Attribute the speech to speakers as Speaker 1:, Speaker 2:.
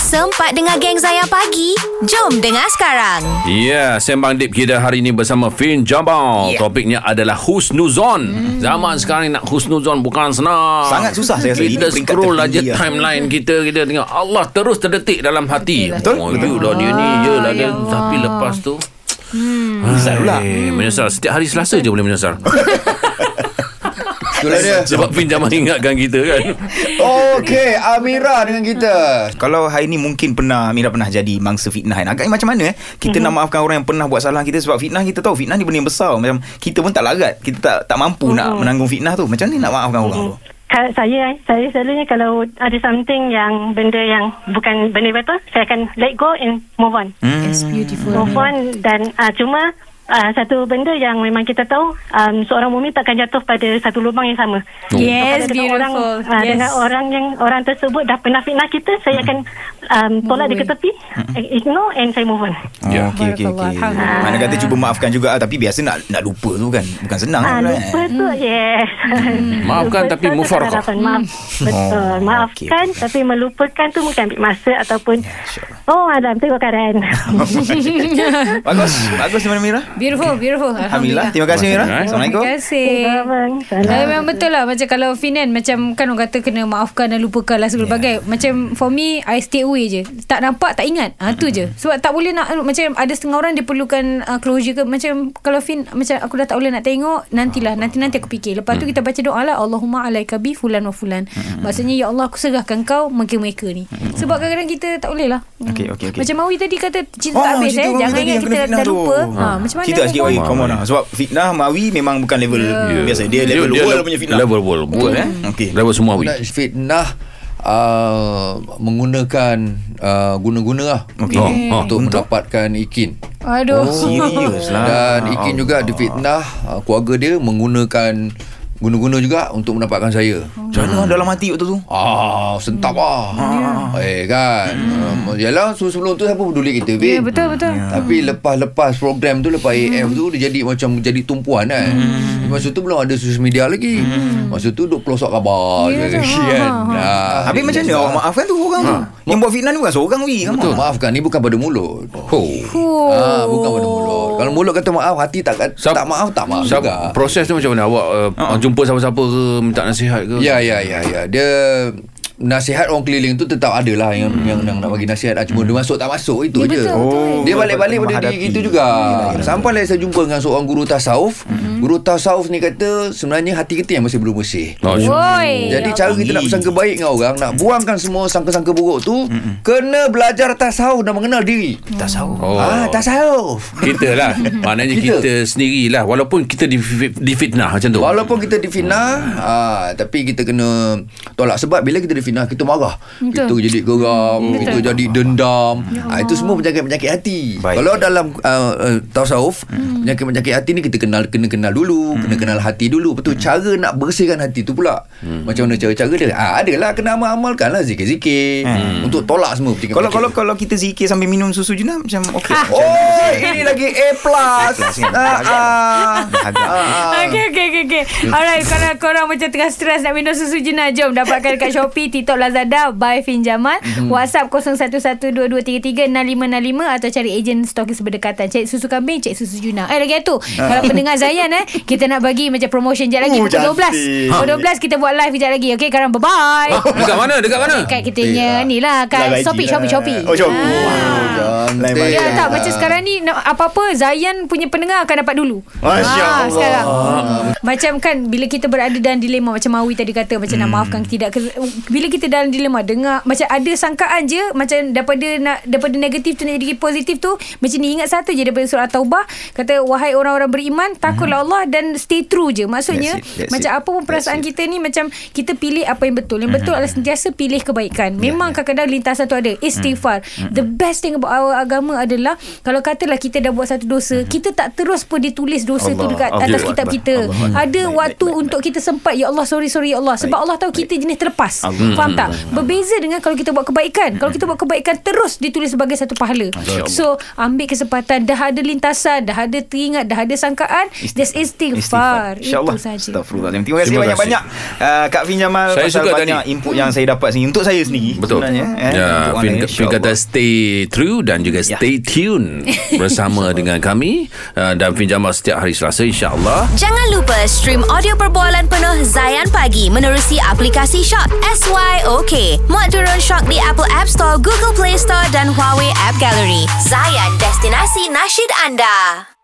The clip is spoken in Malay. Speaker 1: sempat dengar geng Zayan pagi? Jom dengar sekarang.
Speaker 2: Ya, yeah, sembang deep kita hari ini bersama Fin Jabal.
Speaker 3: Ya.
Speaker 2: Yeah. Topiknya adalah husnuzon. Hmm. Zaman sekarang ni nak husnuzon bukan senang.
Speaker 3: Sangat susah saya rasa. Ini
Speaker 2: Kita
Speaker 3: peringkat
Speaker 2: scroll aja
Speaker 3: tertinggi lah.
Speaker 2: timeline kita kita tengok Allah terus terdetik dalam hati.
Speaker 3: Betul,
Speaker 2: Oh,
Speaker 3: betul.
Speaker 2: you lah dia ni, ya lah dia. Tapi lepas tu
Speaker 3: Menyesal Hmm. pula.
Speaker 2: Eh, menyesal. Setiap hari Selasa je boleh menyesal.
Speaker 3: Itulah dia.
Speaker 2: Sebab Fin Jabal ingatkan kita kan.
Speaker 4: Okey, Amira dengan kita.
Speaker 3: Kalau hari ni mungkin pernah Amira pernah jadi mangsa fitnah kan. Agaknya macam mana eh? Kita nak maafkan orang yang pernah buat salah kita sebab fitnah kita tahu fitnah ni benda yang besar. Macam kita pun tak larat. Kita tak tak mampu nak menanggung fitnah tu. Macam ni nak maafkan orang tu.
Speaker 5: Kalau saya eh, saya selalunya kalau ada something yang benda yang bukan benda apa, saya akan let go and move on.
Speaker 6: It's beautiful.
Speaker 5: Move on dan uh, cuma uh, satu benda yang memang kita tahu um, seorang mukmin takkan jatuh pada satu lubang yang sama.
Speaker 6: Yes,
Speaker 5: Kalau dengan
Speaker 6: beautiful.
Speaker 5: Orang, uh,
Speaker 6: yes.
Speaker 5: Dengan orang yang orang tersebut dah pernah fitnah kita, saya akan um, tolak dia ke tepi, ignore and saya move on.
Speaker 3: Oh,
Speaker 2: Ya.
Speaker 3: okey okey
Speaker 6: Barakallah.
Speaker 3: okey.
Speaker 6: Alhamdulillah.
Speaker 3: Mana kata cuba maafkan juga ah, tapi biasa nak nak lupa tu kan. Bukan senang
Speaker 5: Ah,
Speaker 3: kan.
Speaker 5: lupa tu, yes.
Speaker 2: Maafkan
Speaker 5: Lupa
Speaker 2: tapi
Speaker 5: tu
Speaker 2: mufarqah.
Speaker 5: tak ada harapan. Maaf. Betul.
Speaker 3: Oh,
Speaker 5: Maafkan
Speaker 3: okey.
Speaker 5: tapi melupakan tu mungkin ambil masa ataupun
Speaker 3: InsyaAllah.
Speaker 5: Oh, Adam, tengok keadaan.
Speaker 3: Bagus. Bagus Mana Amira?
Speaker 6: Beautiful, beautiful.
Speaker 3: Alhamdulillah. Terima kasih Amira.
Speaker 2: Terima kasih.
Speaker 3: Assalamualaikum.
Speaker 6: Terima kasih.
Speaker 5: Abang,
Speaker 6: Tapi
Speaker 5: salam.
Speaker 6: memang betul lah Macam kalau Finan Macam kan orang kata Kena maafkan dan lupakan lah
Speaker 3: Ya.
Speaker 6: Segala bagai Macam for me I stay away je Tak nampak tak ingat ha, tu je Sebab tak boleh nak Macam ada setengah orang Dia perlukan uh, closure ke Macam kalau Fin Macam aku dah tak boleh nak tengok Nantilah Nanti-nanti aku fikir Lepas
Speaker 3: Mm.
Speaker 6: tu kita baca doa lah Allahumma alaika bi fulan wa fulan Maksudnya Ya Allah aku serahkan kau Mereka-mereka ni Sebab kadang-kadang kita tak boleh lah Hmm.
Speaker 3: Okey, okey, okey.
Speaker 6: Macam Mawi tadi kata Cinta tak habis
Speaker 3: cerita
Speaker 6: eh
Speaker 3: Mawi
Speaker 6: Jangan
Speaker 3: tadi
Speaker 6: ingat
Speaker 3: yang kena
Speaker 6: kita
Speaker 3: fitnah
Speaker 6: dah
Speaker 3: tu.
Speaker 6: lupa ha, Macam mana
Speaker 3: Cerita sikit Wai
Speaker 2: Mawi?
Speaker 3: Come on lah Sebab fitnah Mawi Memang bukan level Biasa Dia level world punya fitnah
Speaker 2: Level world. Buat eh.
Speaker 3: Okey.
Speaker 2: Level semua.
Speaker 4: Nak fitnah uh, menggunakan uh, guna-guna lah.
Speaker 3: Okey.
Speaker 4: Oh,
Speaker 2: Hmm.
Speaker 4: Untuk mendapatkan ikin.
Speaker 6: Aduh
Speaker 3: Serius lah
Speaker 4: Dan ikin juga difitnah uh, keluarga dia menggunakan guna-guna juga untuk mendapatkan saya.
Speaker 3: Macam mana dalam hati waktu tu
Speaker 4: Ah, sentap ah. Eh kan. Um, yalah so sebelum tu siapa peduli
Speaker 6: Ya
Speaker 4: kita, Vin? Ah.
Speaker 6: betul betul
Speaker 4: Tapi lepas-lepas program tu Lepas AF tu Dia jadi macam Jadi tumpuan kan Masa tu belum ada Social media lagi Masa tu Duk pelosok khabar
Speaker 6: Ya,
Speaker 4: je
Speaker 6: tu. Ha,
Speaker 4: kan
Speaker 6: ha.
Speaker 4: Ah,
Speaker 3: Habis
Speaker 4: dia-
Speaker 3: macam
Speaker 4: dia-
Speaker 3: mana Awak maafkan tu orang tu Yang buat fitnah ni bukan seorang Wai Come
Speaker 4: Betul
Speaker 3: on
Speaker 4: Maafkan ni bukan pada mulut
Speaker 2: Oh.
Speaker 6: Oh.
Speaker 4: Ah, bukan pada mulut Kalau mulut kata maaf Hati tak tak maaf Tak maaf
Speaker 2: Siapa-
Speaker 4: juga
Speaker 2: Proses tu macam mana? Awak uh,
Speaker 3: Ha.
Speaker 2: jumpa siapa-siapa ke minta nasihat ke?
Speaker 4: Ya ya ya ya. Dia nasihat orang keliling tu tetap ada lah yang, yang yang nak bagi nasihat Ah, cuma dia masuk tak masuk itu
Speaker 6: Hmm. Ya,
Speaker 4: je.
Speaker 6: betul, betul.
Speaker 3: Oh,
Speaker 4: dia balik-balik
Speaker 3: kena
Speaker 4: pada diri
Speaker 3: menghadapi.
Speaker 4: kita juga. Sampai lah saya jumpa dengan seorang guru tasawuf.
Speaker 6: Hmm.
Speaker 4: Guru tasawuf ni kata sebenarnya hati kita yang masih belum bersih.
Speaker 2: Oh,
Speaker 6: Woi.
Speaker 4: Jadi cara kita nak bersangka baik dengan orang Nak buangkan semua sangka-sangka buruk tu Kena belajar tasawuf dan mengenal diri Tasawuf
Speaker 2: Oh.
Speaker 4: ah, Tasawuf
Speaker 2: Kita lah Maknanya kita,
Speaker 4: Kita.
Speaker 2: kita sendirilah Walaupun kita difi- difitnah macam tu
Speaker 4: Walaupun kita difitnah ah, Tapi kita kena Tolak Sebab bila kita difitnah Kita marah
Speaker 6: Betul. Ya
Speaker 4: Kita jadi geram Kita jadi dendam ah, Itu semua penyakit-penyakit hati
Speaker 3: Baik.
Speaker 4: Kalau dalam uh, uh, Tasawuf
Speaker 6: Hmm.
Speaker 4: Penyakit-penyakit hati ni Kita kenal kena kenal dulu
Speaker 3: Hmm.
Speaker 4: Kena kenal hati dulu Betul Cara nak bersihkan hati tu pula
Speaker 3: Hmm.
Speaker 4: Macam mana cara-cara dia ah, Adalah kena amal-amalkan lah Zikir-zikir Untuk tolak semua penyakit-penyakit
Speaker 3: Hmm. kalau kalau
Speaker 4: tu.
Speaker 3: kalau kita zikir sambil minum susu jenam macam okey.
Speaker 4: Oh ini lagi A plus
Speaker 3: Ah, ah.
Speaker 6: Okay, okay, okay, okay. Alright, kalau korang macam tengah stres nak minum susu jenah, jom dapatkan dekat Shopee, TikTok, Lazada, by Fin Jamal.
Speaker 3: Mhm.
Speaker 6: WhatsApp 0112233655 atau cari ejen stokis berdekatan. Cek susu kambing, cek susu jenah. Eh, lagi satu. Kalau pendengar Zayan eh, kita nak bagi macam promotion jap lagi.
Speaker 3: Ah. Oh,
Speaker 6: Pukul 12.
Speaker 3: cantik.
Speaker 6: Pukul 12 kita buat live jap lagi. Okay, korang bye-bye.
Speaker 2: Dekat mana? Dekat mana?
Speaker 6: Dekat kita punya ni lah
Speaker 3: Live
Speaker 6: kat
Speaker 3: IG
Speaker 6: Shopee,
Speaker 3: Ya. lah.
Speaker 6: Shopee, Shopee.
Speaker 3: Oh, Shopee.
Speaker 6: Ah.
Speaker 3: Lain
Speaker 4: Cantik.
Speaker 3: baik.
Speaker 6: Ya tak macam sekarang ni nak- apa-apa Zayan punya pendengar akan dapat dulu.
Speaker 3: Masya
Speaker 6: Ah,
Speaker 3: Allah.
Speaker 6: sekarang.
Speaker 3: Ah.
Speaker 6: Macam kan bila kita berada dalam dilema macam Mawi tadi kata macam
Speaker 3: Hmm.
Speaker 6: nak maafkan tidak ke- bila kita dalam dilema dengar macam ada sangkaan je macam daripada nak daripada negatif tu nak jadi positif tu macam ni ingat satu je daripada surah Taubah kata wahai orang-orang beriman takutlah Allah dan stay true je. Maksudnya
Speaker 3: Hmm. That's it, that's
Speaker 6: macam
Speaker 3: it. Hmm.
Speaker 6: apa pun perasaan kita ni macam kita pilih apa yang betul. Yang betul adalah sentiasa pilih kebaikan. Memang kadang-kadang lintasan tu ada istighfar.
Speaker 3: Hmm.
Speaker 6: The best thing about our agama adalah kalau katalah kita dah buat satu
Speaker 3: Hmm.
Speaker 6: dosa, kita tak terus pun ditulis dosa tu
Speaker 3: Allah.
Speaker 6: dekat
Speaker 3: Allah
Speaker 6: atas
Speaker 3: Akbar.
Speaker 6: kitab kita.
Speaker 3: Allah Akbar.
Speaker 6: Ada
Speaker 3: Baik,
Speaker 6: waktu
Speaker 3: baik, baik,
Speaker 6: untuk kita sempat ya Allah sorry sorry ya Allah sebab Allah tahu kita jenis terlepas. Faham tak? Berbeza dengan kalau kita buat kebaikan. Kalau kita buat kebaikan terus ditulis sebagai satu pahala. So ambil kesempatan dah ada lintasan, dah ada teringat, dah ada sangkaan, there's Istighfar,
Speaker 3: InsyaAllah
Speaker 6: Itu saja
Speaker 3: Astagfirullahaladzim Terima kasih
Speaker 2: Terima kasih.
Speaker 3: banyak-banyak uh, Kak Fin Jamal
Speaker 2: Saya
Speaker 3: Pasal
Speaker 2: suka
Speaker 3: banyak
Speaker 2: tadi.
Speaker 3: input yang saya dapat sini Untuk saya sendiri
Speaker 2: Betul.
Speaker 3: Sebenarnya
Speaker 2: Ya,
Speaker 3: eh, untuk orang
Speaker 2: Fin,
Speaker 3: lain,
Speaker 2: Fin
Speaker 3: insyaAllah.
Speaker 2: kata stay true dan juga
Speaker 3: Ya.
Speaker 2: stay tune bersama dengan kami uh, dan Fin Jamal setiap hari Selasa insya-Allah.
Speaker 1: Jangan lupa stream audio perbualan penuh Zayan Pagi menerusi aplikasi Shock SYOK. Muat turun Shock di Apple App Store, Google Play Store dan Huawei App Gallery. Zayan, destinasi nasyid anda.